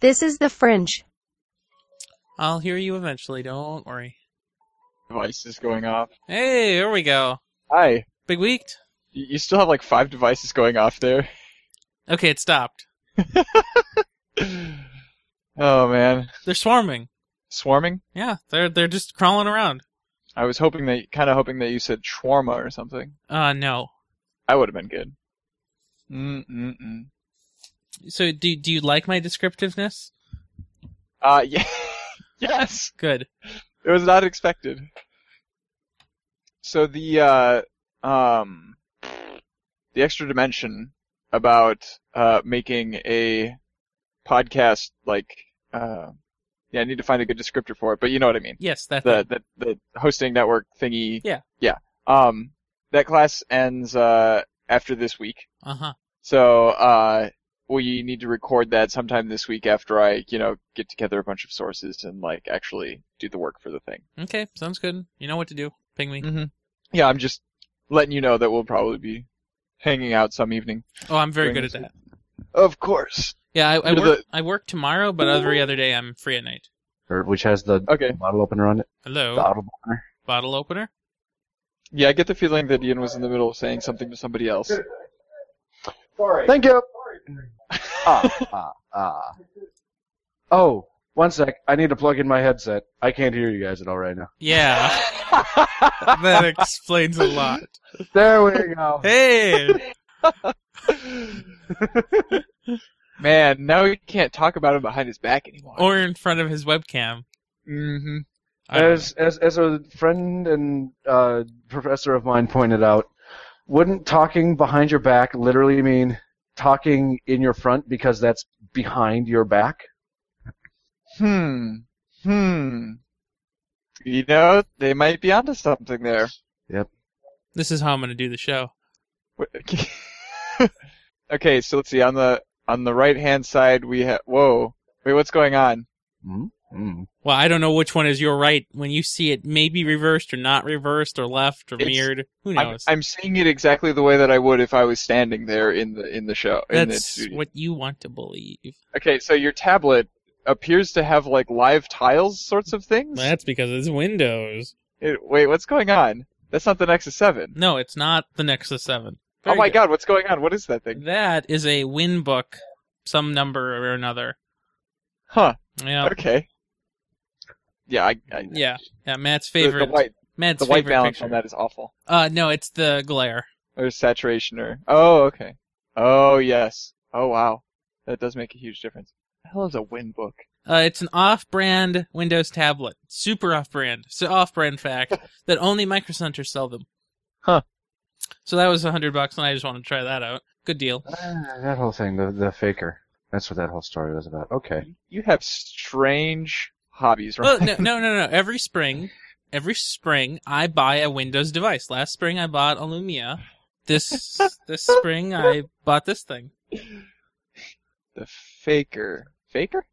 This is the fringe. I'll hear you eventually, don't worry. Devices going off. Hey, here we go. Hi. Big weeked. Y- You still have like five devices going off there. Okay, it stopped. Oh man. They're swarming. Swarming? Yeah, they're they're just crawling around. I was hoping that kinda hoping that you said shawarma or something. Uh no. That would have been good. Mm mm mm. So do do you like my descriptiveness? Uh yeah. yes. Good. It was not expected. So the uh um the extra dimension about uh making a podcast like uh yeah, I need to find a good descriptor for it, but you know what I mean. Yes, that the, the the hosting network thingy. Yeah. Yeah. Um, that class ends uh after this week, Uh huh. so uh we need to record that sometime this week after I you know get together a bunch of sources and like actually do the work for the thing. Okay, sounds good. You know what to do. Ping me. Mm-hmm. Yeah, I'm just letting you know that we'll probably be hanging out some evening. Oh, I'm very During good at this that. Of course. Yeah, I, I You know, work. I work tomorrow, but every other day I'm free at night. Or which has the Okay. bottle opener on it. Hello, The audible opener. bottle opener. Yeah, I get the feeling that Ian was in the middle of saying something to somebody else. Thank you. ah, ah, ah. Oh, one sec. I need to plug in my headset. I can't hear you guys at all right now. Yeah, that explains a lot. There we go. Hey, Man, now we can't talk about him behind his back anymore. or in front of his webcam. mm-hmm. I don't As, as as a friend and uh, professor of mine pointed out, wouldn't talking behind your back literally mean talking in your front because that's behind your back? Hmm. Hmm. You know, they might be onto something there. know. This is how I'm going to do the show. Wh- okay, so let's see. On the on the right hand side, we have. Whoa. Wait, what's going on? Mm. Well, I don't know which one is your right when you see it maybe reversed or not reversed or left or It's- mirrored. Who I'm, knows? I'm seeing it exactly the way that I would if I was standing there in the in the show. in the That's studio. what you want to believe. Okay, so your tablet appears to have like live tiles sorts of things. That's because it's Windows. It- wait, what's going on? That's not the Nexus Seven. No, it's not the Nexus 7. oh my God, what's going on? What is that thing? That is a Winbook, some number or another. Huh. Yeah. Okay. Yeah, I, I the- Yeah. Yeah, Matt's the, favorite. white Matt's the white favorite balance picture. on that is awful. Uh, no, it's the glare. Or saturation or oh okay. Oh yes. Oh wow. That does make a huge difference. The hell is a win book? Uh, it's an off-brand Windows tablet, super off-brand. So off-brand fact that only microcenters sell them. Huh. So that was a hundred bucks, and I just wanted to try that out. Good deal. Ah, that whole thing, the the faker. That's what that whole story was about. Okay. You have strange hobbies, Well, right? Oh, no, no, no, no. Every spring, every spring, I buy a Windows device. Last spring, I bought a Lumia. This this spring, I bought this thing. the faker. Faker?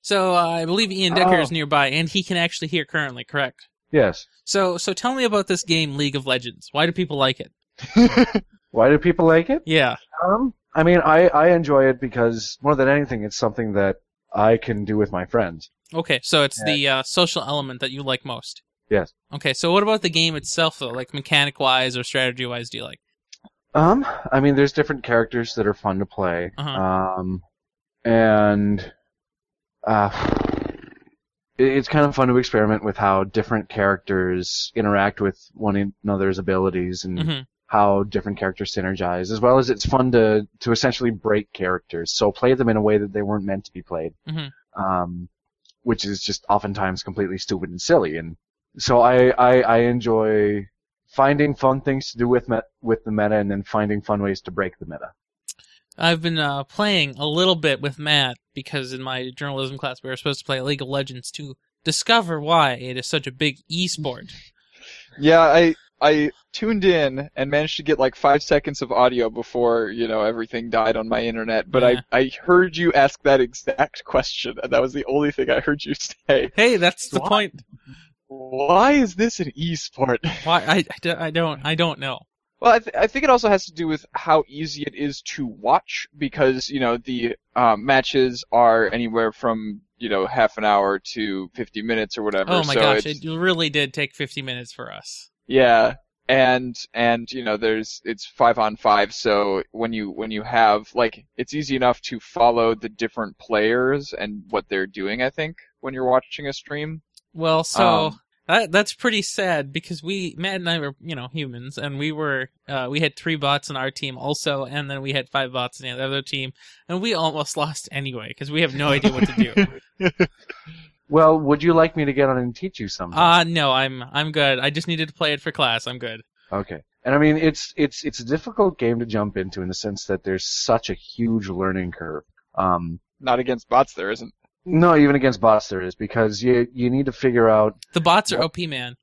So uh, I believe Ian Decker is Oh. nearby, and he can actually hear currently. Correct. Yes. So so tell me about this game, League of Legends. Why do people like it? Why do people like it? Yeah. Um, I mean, I, I enjoy it because more than anything, it's something that I can do with my friends. Okay, so it's the uh, social element that you like most. Yes. Okay, so what about the game itself though? Like mechanic wise or strategy wise, do you like? Um, I mean, there's different characters that are fun to play. Uh-huh. Um, and uh, it, it's kind of fun to experiment with how different characters interact with one another's abilities and hmm how different characters synergize, as well as it's fun to to essentially break characters, so play them in a way that they weren't meant to be played, Mhm. um, which is just oftentimes completely stupid and silly. And so I I, I enjoy finding fun things to do with me- with the meta, and then finding fun ways to break the meta. I've been uh, playing a little bit with Matt because in my journalism class we were supposed to play League of Legends to discover why it is such a big e-sport. Yeah, I I tuned in and managed to get like five seconds of audio before you know everything died on my internet. But Yeah. I I heard you ask that exact question, and that was the only thing I heard you say. Hey, that's the Why? point. Why is this an e sport? Why I, I, don't- I don't I don't know. Well, I, th- I think it also has to do with how easy it is to watch because you know the um, matches are anywhere from you know half an hour to fifty minutes or whatever. Oh my so gosh, it's- it really did take 50 minutes for us. yeah, and and you know there's it's five on five, so when you when you have like it's easy enough to follow the different players and what they're doing. I think when you're watching a stream. Well, so Um, that that's pretty sad because we Matt and I were you know humans and we were uh, we had three bots in our team also, and then we had five bots in the other team, and we almost lost anyway because we have no idea what to do. Well, would you like me to get on and teach you something? uh no, I'm I'm good. I just needed to play it for class. I'm good. Okay. And I mean, it's it's it's a difficult game to jump into in the sense that there's such a huge learning curve. Um, Not against bots, there isn't. no, even against bots there is because you you need to figure out The bots are Yep. OP man.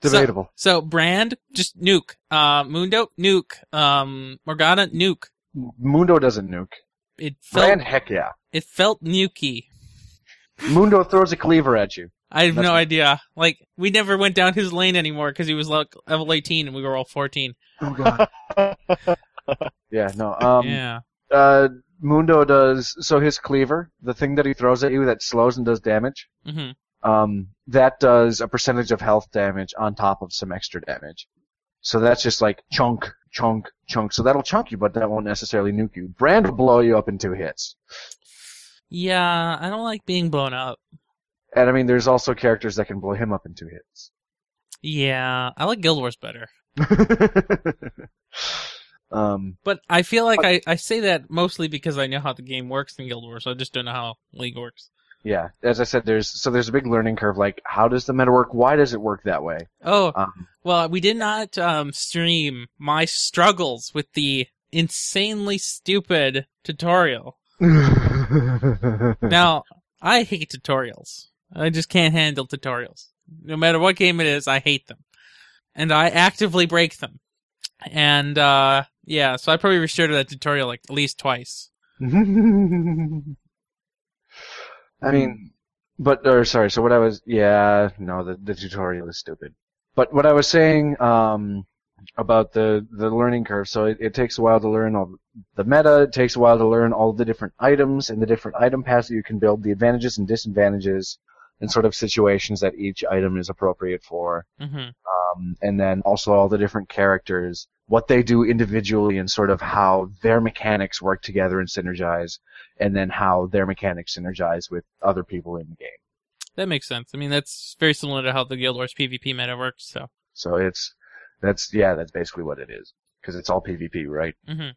debatable. So brand just nuke. Uh, Mundo nuke. Um, Morgana nuke. Mundo doesn't nuke. It felt Brand, heck yeah. it felt nukey. Mundo throws a cleaver at you. I have That's- no idea. Like we never went down his lane anymore because he was like level 18 and we were all 14. Oh god. yeah. No. Um, yeah. uh, Mundo does so his cleaver, the thing that he throws at you that slows and does damage. hmm um, that does a percentage of health damage on top of some extra damage. So that's just like chunk, chunk, chunk. So that'll chunk you, but that won't necessarily nuke you. Brand will blow you up in two hits. Yeah. I don't like being blown up. And I mean, there's also characters that can blow him up in two hits. Yeah. I like Guild Wars better. um, But I feel like I, I say that mostly because I know how the game works in Guild Wars. I just don't know how League works. yeah, as I said, there's so there's a big learning curve. Like, how does the meta work? Why does it work that way? Oh, Um, Well, we did not um, stream my struggles with the insanely stupid tutorial. Now, I hate tutorials. I just can't handle tutorials. No matter what game it is, I hate them. And I actively break them. And, uh, yeah, so I probably restarted that tutorial like at least twice. I mean, But or sorry, so what I was yeah, no, the the tutorial is stupid. But what I was saying um about the the learning curve, so it, it takes a while to learn all the meta, it takes a while to learn all the different items and the different item paths that you can build, the advantages and disadvantages and sort of situations that each item is appropriate for. hmm Um, and then also all the different characters, what they do individually and sort of how their mechanics work together and synergize, and then how their mechanics synergize with other people in the game. That makes sense. I mean, that's very similar to how the Guild Wars PvP meta works, so. So it's that's yeah, that's basically what it is because it's all PvP, right? hmm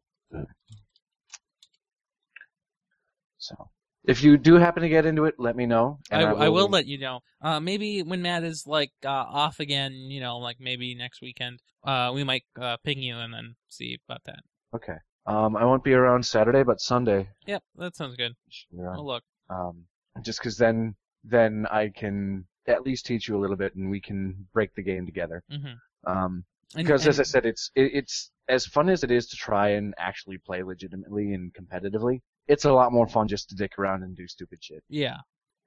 So if you do happen to get into it, let me know. I, I will let you know. Uh, maybe when Matt is like uh, off again, you know, like maybe next weekend, uh, we might uh, ping you and then see about that. Okay. Um, I won't be around Saturday, but Sunday. Yep, that sounds good. I should be around. I'll look. Um, just because then then I can at least teach you a little bit, and we can break the game together. hmm Um, And, because as I and- said, it's it, it's as fun as it is to try and actually play legitimately and competitively. It's a lot more fun just to dick around and do stupid shit. yeah,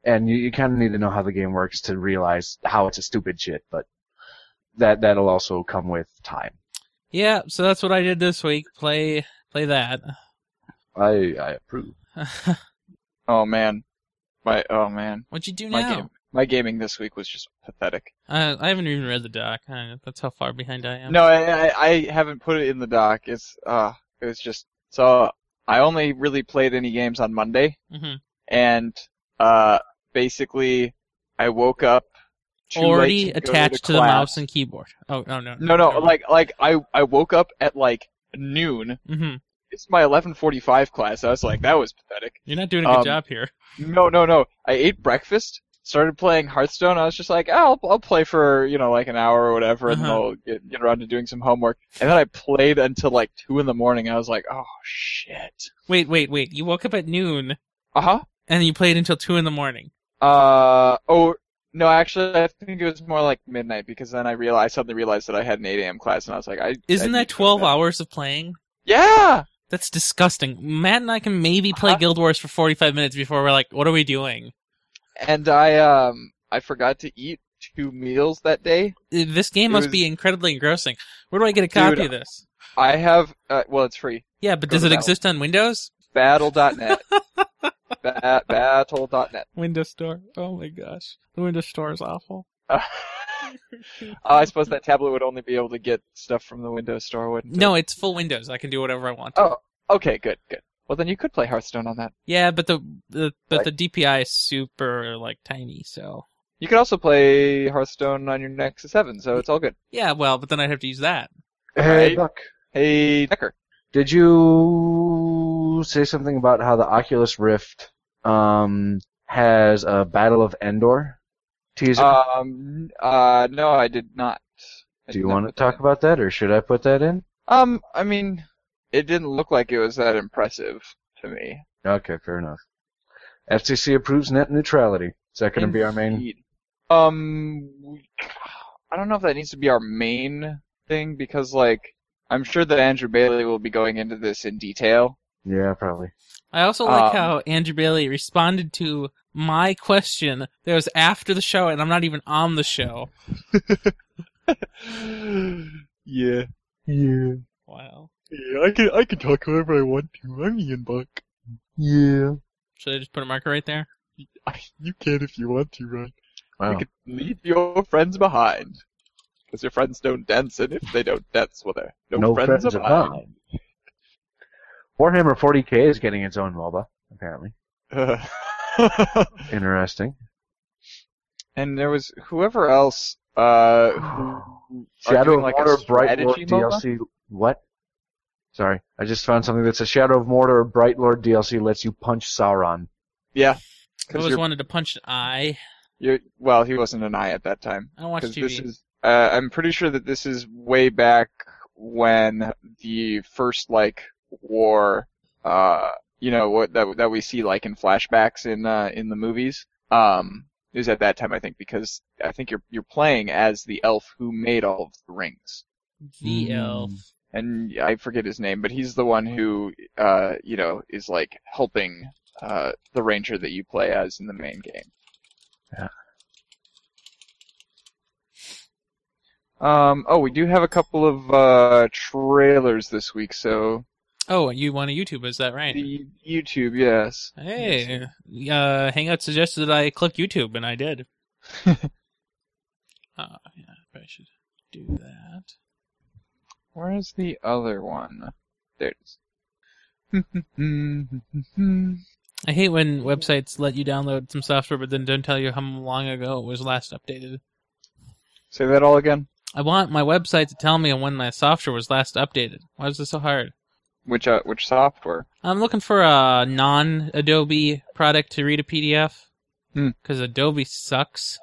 and you, you kind of need to know how the game works to realize how it's a stupid shit, but that that'll also come with time. yeah. So that's what I did this week. Play, play that. I I approve. Oh man, my oh man, What'd you do my now? game, my gaming this week was just pathetic. Uh, I haven't even read the doc. Uh, that's how far behind I am. No, I, I I haven't put it in the doc. It's uh, it was just so I only really played any games on Monday, hmm and uh, basically I woke up too Already late to go attached to, to, the class. mouse and keyboard. Oh, oh no, No, no, like like I I woke up at like noon. hmm It's my 11:45 class. I was like, that was pathetic. You're not doing a good Um, job here. No, no, no. I ate breakfast, started playing Hearthstone. I was just like, oh, I'll, I'll play for, you know, like an hour or whatever, and then Uh-huh. I'll get, get around to doing some homework. And then I played until like 2 in the morning. I was like, oh, shit. Wait, wait, wait. You woke up at noon Uh-huh. and you played until two in the morning. Uh, oh, no, actually, I think it was more like midnight because then I realized, I suddenly realized that I had an 8 a.m. class, and I was like, I. Isn't I that 12 hours of playing? Yeah! That's disgusting. Matt and I can maybe play Huh? Guild Wars for 45 minutes before we're like, what are we doing? And I, um, I forgot to eat two meals that day. This game It must was- be incredibly engrossing. Where do I get a copy Dude, of this? I have uh, well, it's free. Yeah, but go does to it that exist on Windows? Battle.net. ba- battle.net. Windows Store. Oh my gosh, the Windows Store is awful. Uh, I suppose that tablet would only be able to get stuff from the Windows Store, wouldn't it? No, it's full Windows. I can do whatever I want. to. Oh. Okay, good, good. Well, then you could play Hearthstone on that. Yeah, but the, the but the DPI is super like tiny. So You could also play Hearthstone on your Nexus 7, so it's all good. yeah, well, but then I'd have to use that. Hey, Right. Buck. Hey, Decker. Did you say something about how the Oculus Rift um, has a Battle of Endor teaser? Um, uh, no, I did not. I Do did you not want to put that talk about that, or should I put that in? in. Um, I mean, it didn't look like it was that impressive to me. Okay, fair enough. FCC approves net neutrality. Is that going to be our main? Indeed. Um, we- I don't know if that needs to be our main thing because, like, I'm sure that Andrew Bailey will be going into this in detail. Yeah, probably. I also like Um. how Andrew Bailey responded to my question that was after the show, and I'm not even on the show. yeah. Yeah. Wow. Yeah, I can I can talk whatever I want to. I'm Ian Buck. Yeah. Should I just put a marker right there? You can if you want to, right? You Wow. can leave your friends behind. Because your friends don't dance, and if they don't dance, well, they're no, friends, of mine. mine. Warhammer 40k is getting its own MOBA. Apparently, Uh, interesting. and there was whoever else uh, who are Shadow doing of like Mortar a Bright Lord strategy MOBA? DLC. What? Sorry, I just found something that says Shadow of Mortar Bright Lord DLC lets you punch Sauron. Yeah, I because always you're, wanted to punch an eye. you're well, he wasn't an eye at that time. I don't watch Because TV. this is, uh, I'm pretty sure that this is way back when the first like war, uh, you know what that that we see like in flashbacks in uh, in the movies. Um, it was at that time I think because I think you're you're playing as the elf who made all of the rings, the Mm. elf. and I forget his name, but he's the one who, uh, you know, is like helping uh the ranger that you play as in the main game. Yeah. Um. Oh, we do have a couple of uh trailers this week. So Oh, and you want a YouTube? Is that right? the YouTube, yes. Hey, uh, Hangout suggested that I click YouTube, and I did. uh, yeah, I should do that. Where is the other one? There it is. I hate when websites let you download some software, but then don't tell you how long ago it was last updated. Say that all again. I want my website to tell me when my software was last updated. Why is this so hard? Which uh, which software? I'm looking for a non-Adobe product to read a PDF Hmm. because Adobe sucks.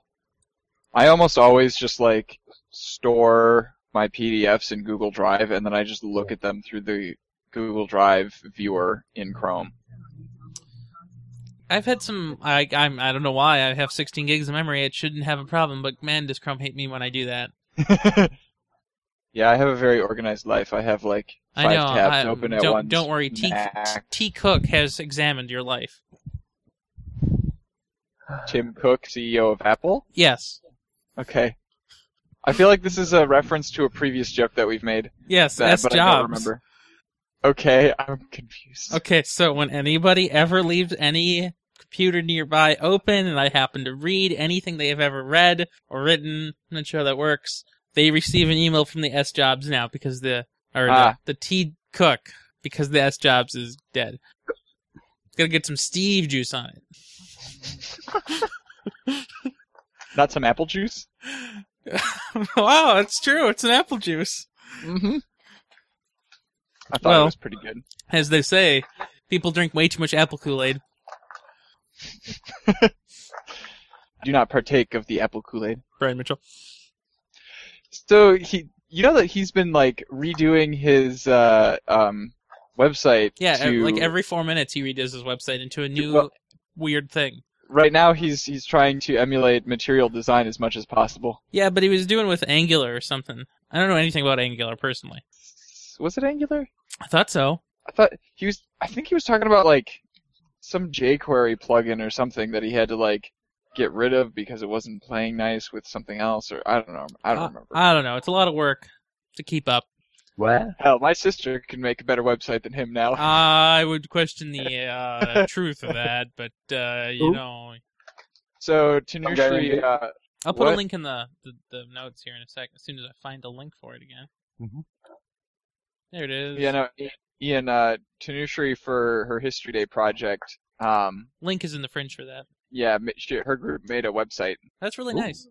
I almost always just like store my PDFs in Google Drive and then I just look at them through the Google Drive viewer in Chrome. I've had some. I I'm, I don't know why. I have 16 gigs of memory. It shouldn't have a problem, but man, does Chrome hate me when I do that. yeah, I have a very organized life. I have like five I know. tabs I, open don't at once. don't worry. T, Mac. T Cook has examined your life. Tim Cook, CEO of Apple. Yes. Okay. I feel like this is a reference to a previous joke that we've made. Yes. That, that's but jobs. I don't remember. Okay, I'm confused. Okay, so when anybody ever leaves any computer nearby open and I happen to read anything they have ever read or written, I'm not sure how that works, they receive an email from the S Jobs now because the or Ah. the, the T Cook because the S Jobs is dead. Gotta get some Steve juice on it. Not some apple juice? wow, it's true. It's an apple juice. Mm-hmm. I thought Well. it was pretty good. As they say, people drink way too much apple Kool Aid. Do not partake of the apple Kool-Aid. Brian Mitchell. So he, you know that he's been like redoing his uh, um, website. Yeah, e, to, like every four minutes he redoes his website into a new Well- weird thing. right now he's he's trying to emulate material design as much as possible. Yeah, but he was doing with Angular or something. I don't know anything about Angular personally. Was it Angular? I thought so. I thought he was. I think he was talking about like some jQuery plugin or something that he had to like get rid of because it wasn't playing nice with something else, or I don't know. I don't Uh, remember. I don't know. It's a lot of work to keep up. What? Hell, my sister can make a better website than him now. uh, I would question the uh, truth of that, but uh, you Ooh. know, so guy named Tanushree, Dave? uh, I'll put a What? link in the, the the notes here in a sec as soon as I find a link for it again. Mhm. There it is. Mm-hmm. yeah, no, I- Ian, uh, Tanushree for her History Day project. Um, Link is in the fringe for that. yeah, ma- she, her group made a website. That's really Ooh. nice.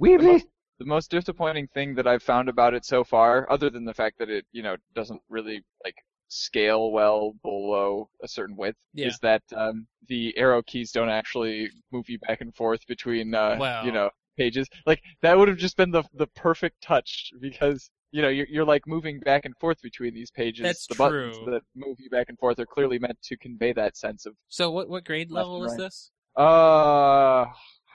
Weebly. The most disappointing thing that I've found about it so far, other than the fact that it, you know, doesn't really like scale well below a certain width, Yeah. is that um, the arrow keys don't actually move you back and forth between, uh, Wow. you know, pages. Like that would have just been the the perfect touch because you know you're, you're like moving back and forth between these pages. That's the buttons true. that move you back and forth are clearly meant to convey that sense of, So what what grade Left level and is right. this? uh,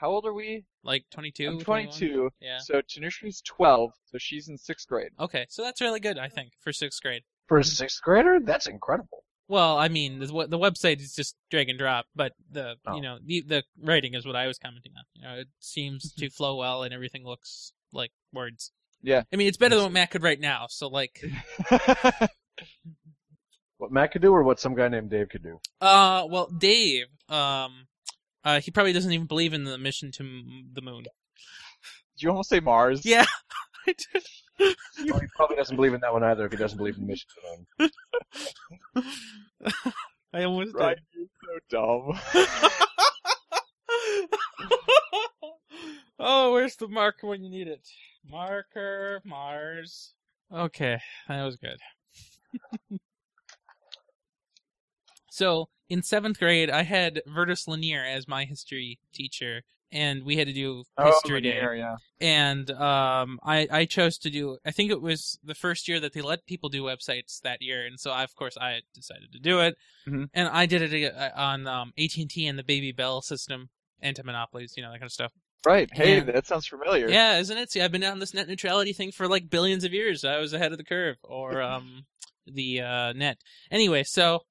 how old are we? Like 22? I'm 22. 21? Yeah. So Tanushri's 12, so she's in sixth grade. Okay, so that's really good, I think, for sixth grade. For a sixth grader, that's incredible. Well, I mean, the, the website is just drag and drop, but the Oh. you know the the writing is what I was commenting on. You know, it seems to flow well, and everything looks like words. Yeah. I mean, it's better than what Matt could write now. So, like, What Matt could do, or what some guy named Dave could do. uh, well, Dave, um, uh, he probably doesn't even believe in the mission to m- the moon. Did you almost say Mars? Yeah, I did. Well, he probably doesn't believe in that one either. If he doesn't believe in mission to the moon. I almost Right. did. So oh, where's the marker when you need it? Marker, Mars. Okay, that was good. so, in seventh grade, I had Vertus Lanier as my history teacher, and we had to do dumb. history day area. and um, I I chose to do. I think it was the first year that they let people do websites that year, and so I, of course I decided to do it, Mhm. and I did it uh, on um, AT and T and the Baby Bell system, anti monopolies, you know that kind of stuff. Right. Hey, Yeah. that sounds familiar. Yeah, isn't it? See, I've been on this net neutrality thing for like billions of years. I was ahead of the curve, or um, the uh, net. Anyway, so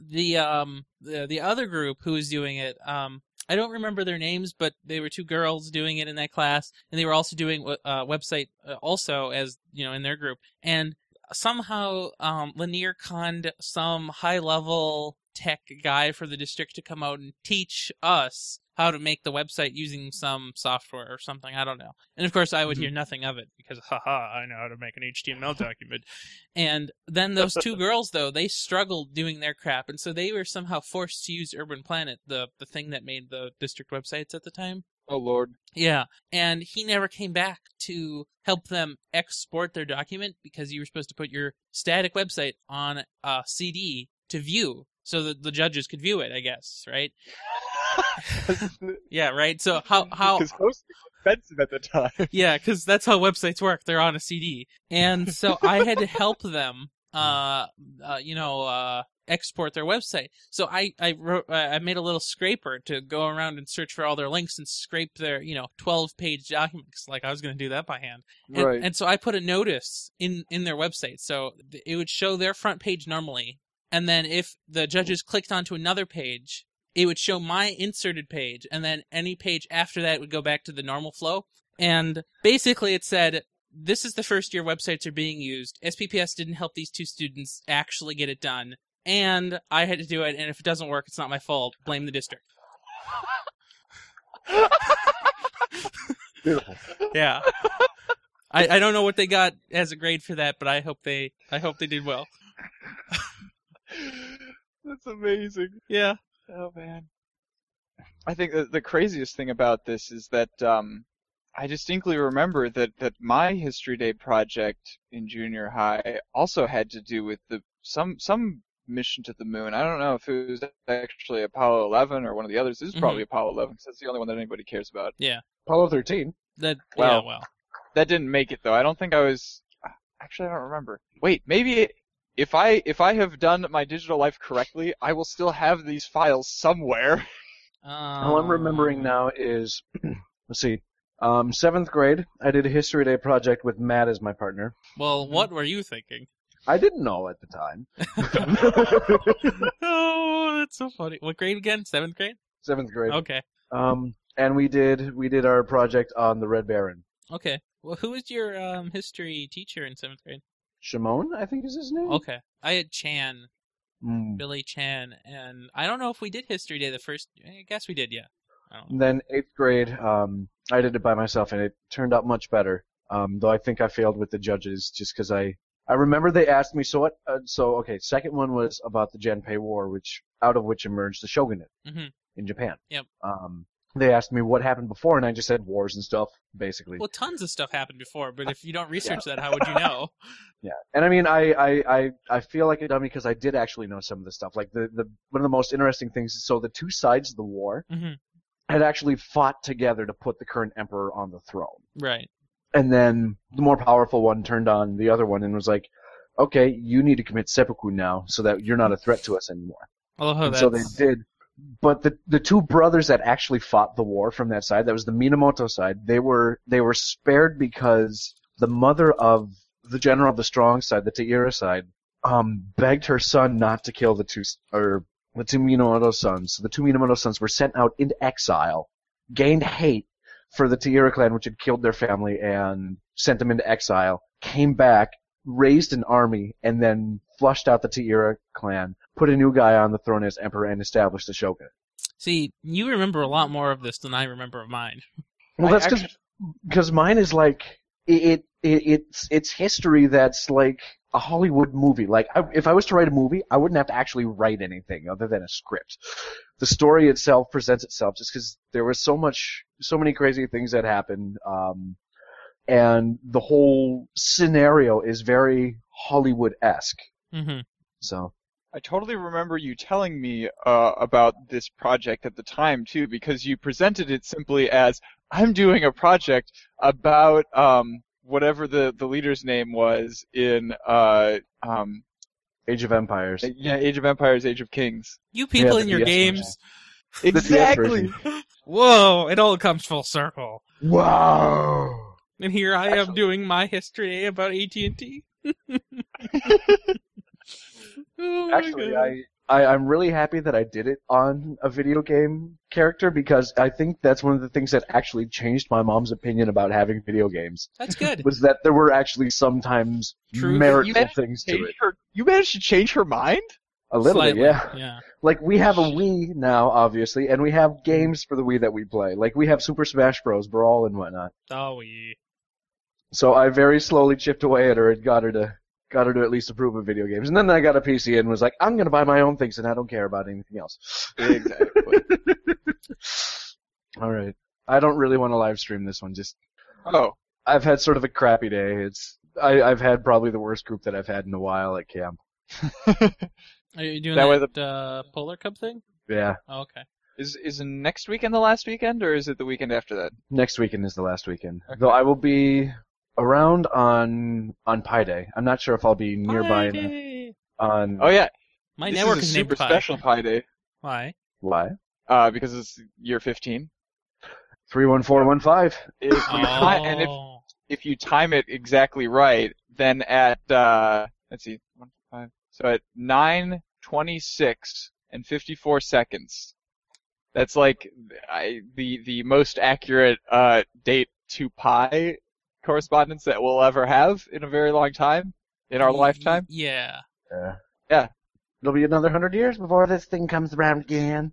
the um the, the other group who was doing it, um, I don't remember their names, but they were two girls doing it in that class, and they were also doing uh, website uh, also as you know in their group, and somehow um, Lanier conned some high level tech guy for the district to come out and teach us how to make the website using some software or something. I don't know. And of course, I would hear nothing of it because, haha, I know how to make an HTML document. And then those two girls, though, they struggled doing their crap. And so they were somehow forced to use Urban Planet, the, the thing that made the district websites at the time. Oh lord. Yeah, and he never came back to help them export their document because you were supposed to put your static website on a CD to view so that the judges could view it, I guess, right? Yeah, right. So how how Because hosting was expensive at the time. yeah, because that's how websites work. They're on a CD, and so I had to help them, uh, uh you know, uh, export their website. So I I wrote uh, I made a little scraper to go around and search for all their links and scrape their you know twelve page documents. Like I was going to do that by hand. And, right. and so I put a notice in in their website, so th- it would show their front page normally, and then if the judges clicked onto another page, it would show my inserted page, and then any page after that would go back to the normal flow. And basically, it said. This is the first year websites are being used. SPPS didn't help these two students actually get it done, and I had to do it. And if it doesn't work, it's not my fault. Blame the district. Beautiful. Yeah. I, I don't know what they got as a grade for that, but I hope they I hope they did well. That's amazing. Yeah. Oh man. I think the, the craziest thing about this is that um, I distinctly remember that, that my history day project in junior high also had to do with the some some mission to the moon. I don't know if it was actually Apollo 11 or one of the others. This is probably Mm-hmm. Apollo 11 because that's the only one that anybody cares about. Apollo 13. That Well, yeah, well. That didn't make it though. I don't think I was. uh, Actually, I don't remember. Wait, maybe it- if I if I have done my digital life correctly, I will still have these files somewhere. Um, All Oh, I'm remembering now is, let's see, um, seventh grade. I did a history day project with Matt as my partner. Well, what were you thinking? I didn't know at the time. oh, that's so funny. What grade again? Seventh grade? Seventh grade. Okay. Um, and we did we did our project on the Red Baron. Okay. Well, who was your um, history teacher in seventh grade? Shimon, I think is his name. Okay. I had Chan, Mm. Billy Chan, and I don't know if we did history day the first. I guess we did, yeah. I don't know. And then eighth grade, um, I did it by myself, and it turned out much better. Um, though I think I failed with the judges just because I I remember they asked me so what uh, so okay second one was about the Genpei War, which out of which emerged the shogunate Mhm. in Japan. Yep. Um, they asked me what happened before, and I just said wars and stuff basically. Well, tons of stuff happened before, but if you don't research that, how would you know? And I mean, I, I, I, I feel like a dummy because I did actually know some of this stuff. Like the, the one of the most interesting things is so the two sides of the war Mhm. had actually fought together to put the current emperor on the throne. Right. And then the more powerful one turned on the other one and was like, "Okay, you need to commit seppuku now so that you're not a threat to us anymore." I love how and Oh, that's. so they did. But the the two brothers that actually fought the war from that side, that was the Minamoto side, they were they were spared because the mother of the general of the strong side, the Taira side, um, begged her son not to kill the two s- or the two Minamoto sons. So the two Minamoto sons were sent out into exile, gained hate for the Taira clan, which had killed their family and sent them into exile. Came back, raised an army, and then flushed out the Taira clan, put a new guy on the throne as emperor, and established the shogunate. See, you remember a lot more of this than I remember of mine. Well, I that's because mine is like it, it, it it's it's history that's like a Hollywood movie. Like I, if I was to write a movie, I wouldn't have to actually write anything other than a script. The story itself presents itself just because there was so much, so many crazy things that happened, um, and the whole scenario is very Hollywood esque. hmm So I totally remember you telling me uh, about this project at the time too, because you presented it simply as I'm doing a project about um, whatever the, the leader's name was in uh, um, Age of Empires. yeah Age of Empires, Age of Kings. You people the in your DS games. Exactly. Whoa! It all comes full circle. Wow. And here I am Actually- doing my history about AT and T. Oh Actually, I, I I'm really happy that I did it on a video game character because I think that's one of the things that actually changed my mom's opinion about having video games that's good. was that there were actually sometimes True. meritful You- things to Change it. her, you managed to change her mind. A little, bit, Slightly, yeah. Yeah. Like we have a Wii now, obviously, and we have games for the Wii that we play. Like we have Super Smash Bros. Brawl and whatnot. Oh, we. So I very slowly chipped away at her and got her to got her to at least approve of video games. And then I got a PC and was like, I'm gonna buy my own things and I don't care about anything else. Exactly. All right. I don't really want to live stream this one. Just oh, I've had sort of a crappy day. It's I, I've had probably the worst group that I've had in a while at camp. Are you doing That way that, uh, polar cub thing? Yeah. Oh, okay. is is next weekend the last weekend, or is it the weekend after that? Next weekend is the last weekend. Though I will be around on on Pi Day. I'm not sure if I'll be nearby in- Yay. on Oh yeah, My this network is, is, a named super Pi. special Pi Day Why? why? uh, because it's year 15. Three one four one five. If you ti- and if Oh. if you time it exactly right, then at uh, let's see, one, five, so at nine twenty-six and fifty-four seconds, that's like I, the the most accurate uh, date to pi correspondence that we'll ever have in a very long time in our Y- lifetime. Yeah. Yeah. Yeah. It'll be another hundred years before this thing comes around again.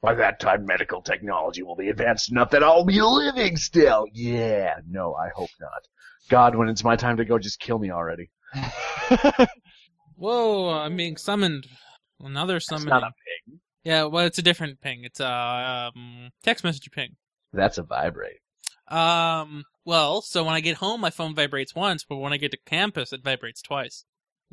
By that time, medical technology will be advanced enough that I'll be living still. Yeah. No, I hope not. God, when it's my time to go, just kill me already. Whoa! I'm being summoned. Another That's summoning. not a ping. Yeah. Well, it's a different ping. It's a um, text message ping. That's a vibrate. Um. Well, so when I get home, my phone vibrates once, but when I get to campus, it vibrates twice.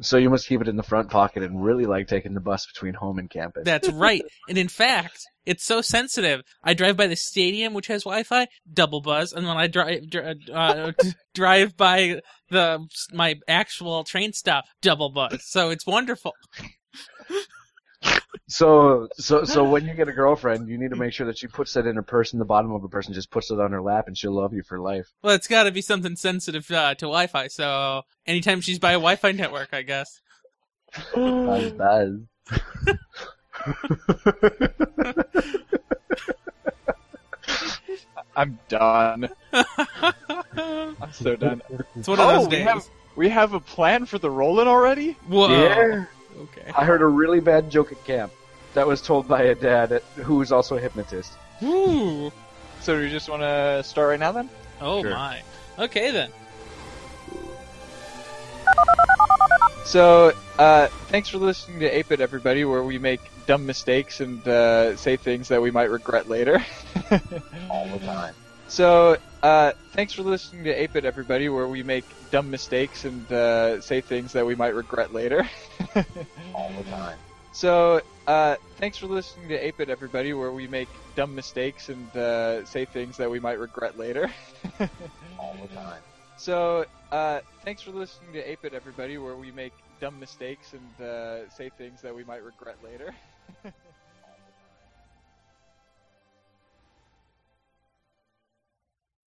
So you must keep it in the front pocket and really like taking the bus between home and campus. That's right. and in fact, it's so sensitive. I drive by the stadium, which has Wi-Fi, double buzz, and when I drive dri- uh, d- drive by the my actual train stop, double buzz. So it's wonderful. so, so, so when you get a girlfriend, you need to make sure that she puts that in her purse, in the bottom of her purse, and just puts it on her lap, and she'll love you for life. Well, it's got to be something sensitive uh, to Wi-Fi. So anytime she's by a Wi-Fi network, I guess. Buzz, buzz. I'm done. it's I'm so done. one of Oh, those we days. have- We have a plan for the Roland already? Whoa. Yeah. Okay. I heard a really bad joke at camp that was told by a dad at, who was also a hypnotist. Woo. So do we just want to start right now then? Oh Sure. my. Okay then. So, uh, thanks for listening to Ape It, everybody, where we make dumb mistakes and uh, say things that we might regret later. All the time. so, uh, thanks for listening to Ape It, everybody, where we make dumb mistakes and uh, say things that we might regret later. All the time. so, uh, thanks for listening to Ape It, everybody, where we make dumb mistakes and uh, say things that we might regret later. All the time. So, uh, thanks for listening to Ape It, everybody, where we make dumb mistakes and uh, say things that we might regret later.